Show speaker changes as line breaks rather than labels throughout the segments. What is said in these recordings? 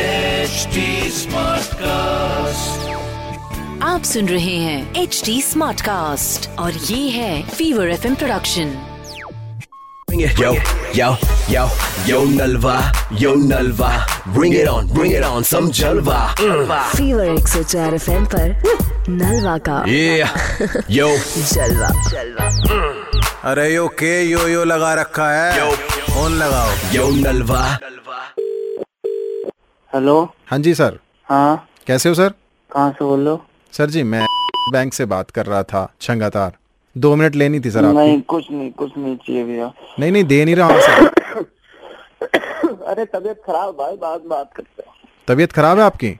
HD Smartcast.
आप सुन रहे हैं एच डी स्मार्ट कास्ट और ये है Fever F production
Bring it, yo, yo, yo, yo Nalva, yo Nalva. Bring it on, bring it on, some Jalva. Mm.
Fever एक सौ चार एफ एम नलवा का
Yeah, yo,
जलवा जलवा
अरे यो के यो यो लगा रखा है
Yo.
फोन लगाओ
yo Nalva.
हेलो
हाँ जी सर
हाँ
कैसे हो सर
कहाँ से बोल रहे हो
सर जी मैं बैंक से बात कर रहा था छंगातार दो मिनट लेनी थी सर आपकी
नहीं कुछ नहीं कुछ नहीं चाहिए भैया
नहीं नहीं दे नहीं रहा हूँ सर
अरे तबीयत खराब भाई बात बात करते हैं
तबीयत खराब है आपकी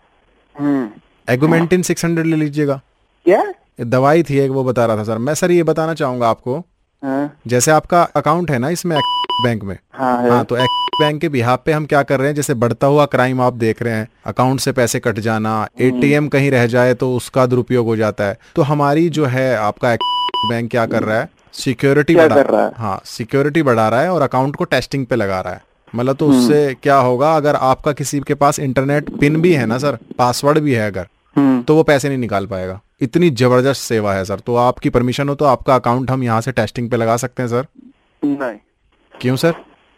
हम्म
एगोमेंटिन सिक्स हंड्रेड ले लीजिएगा
क्या
ये दवाई थी एक वो बता रहा था सर मैं सर ये बताना चाहूंगा आपको
हाँ
जैसे आपका अकाउंट है ना इसमें Axis बैंक में
हाँ है
हाँ तो Axis बैंक के बिहाब पे हम क्या कर रहे हैं जैसे बढ़ता हुआ क्राइम आप देख रहे हैं अकाउंट से पैसे कट जाना
हम्म।
एटीएम कहीं रह जाए तो उसका दुरुपयोग हो जाता है तो हमारी जो है आपका Axis बैंक क्या कर रहा है सिक्योरिटी
हम्म। क्या
बढ़ा
कर रहा है?
हाँ सिक्योरिटी बढ़ा रहा है और अकाउंट को टेस्टिंग पे लगा रहा है मतलब तो
हम्म।
उससे क्या होगा अगर आपका किसी के पास इंटरनेट पिन भी है ना सर पासवर्ड भी है अगर
हम्म
तो वो पैसे नहीं निकाल पाएगा इतनी जबरदस्त सेवा है सर तो आपकी परमिशन हो तो आपका अकाउंट हम यहाँ से टेस्टिंग पे लगा सकते हैं सर
नहीं
क्यों सर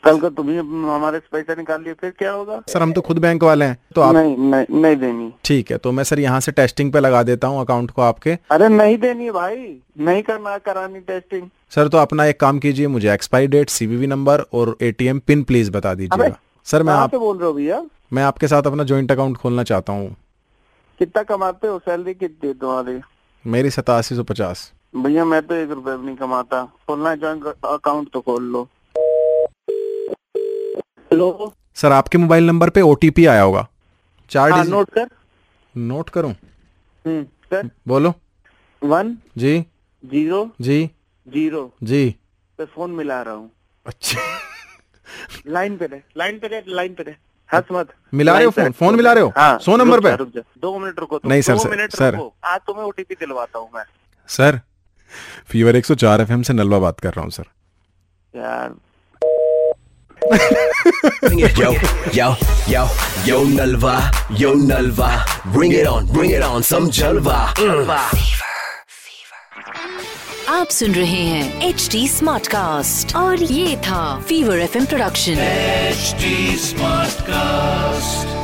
कल को तुम्हें हमारे से पैसा निकाल लिए फिर क्या होगा
सर हम तो खुद बैंक वाले हैं तो आप
नहीं नहीं नहीं देनी
ठीक है तो मैं सर यहाँ से टेस्टिंग पे लगा देता हूँ अकाउंट को आपके
अरे नहीं देनी है भाई नहीं करना करानी टेस्टिंग
सर तो अपना एक काम कीजिए मुझे एक्सपायरी डेट सीवीवी नंबर और एटीएम पिन प्लीज बता
अबे, हाँ तो-
दीजिएगा सर मैं
कहाँ से
आप
बोल रहे हो भैया
मैं आपके साथ अपना ज्वाइंट अकाउंट खोलना चाहता हूँ
कितना कमाते हो सैलरी कितनी है तुम्हारी
मेरी सतासी सौ पचास
भैया मैं तो एक रुपए भी नहीं कमाता खोलना जॉइंट अकाउंट तो खोल लो हेलो
सर आपके मोबाइल नंबर पे ओटीपी आया होगा चार
हाँ
डिजिट-
नोट कर
नोट करूँ
हम्म कर
बोलो
वन
जी
जीरो
जी
जीरो
जी
पे फोन मिला रहा हूँ
अच्छा
लाइन पे रहे लाइन पे रहे लाइन पे रहे हंस मत
मिला रहे हो
लाइन पे
फोन? फोन मिला रहे हो?
हाँ,
सौ नंबर
रुक जा,
पे?
रुक जा। दो मिनट रुको तुम,
नहीं सर,
दो
सर,
मिनट
सर।
रुको। आज तुम्हें ओटीपी दिलवाता हूँ मैं
सर फीवर 104 एफएम से नलवा बात कर रहा हूँ सर
यार
Bring it, yo, yo, yo, yo Nalva, yo Nalva. Bring it on, bring it on, some Jalva. Mm.
आप सुन रहे हैं एच डी स्मार्ट कास्ट और ये था fever F production
HD Smartcast.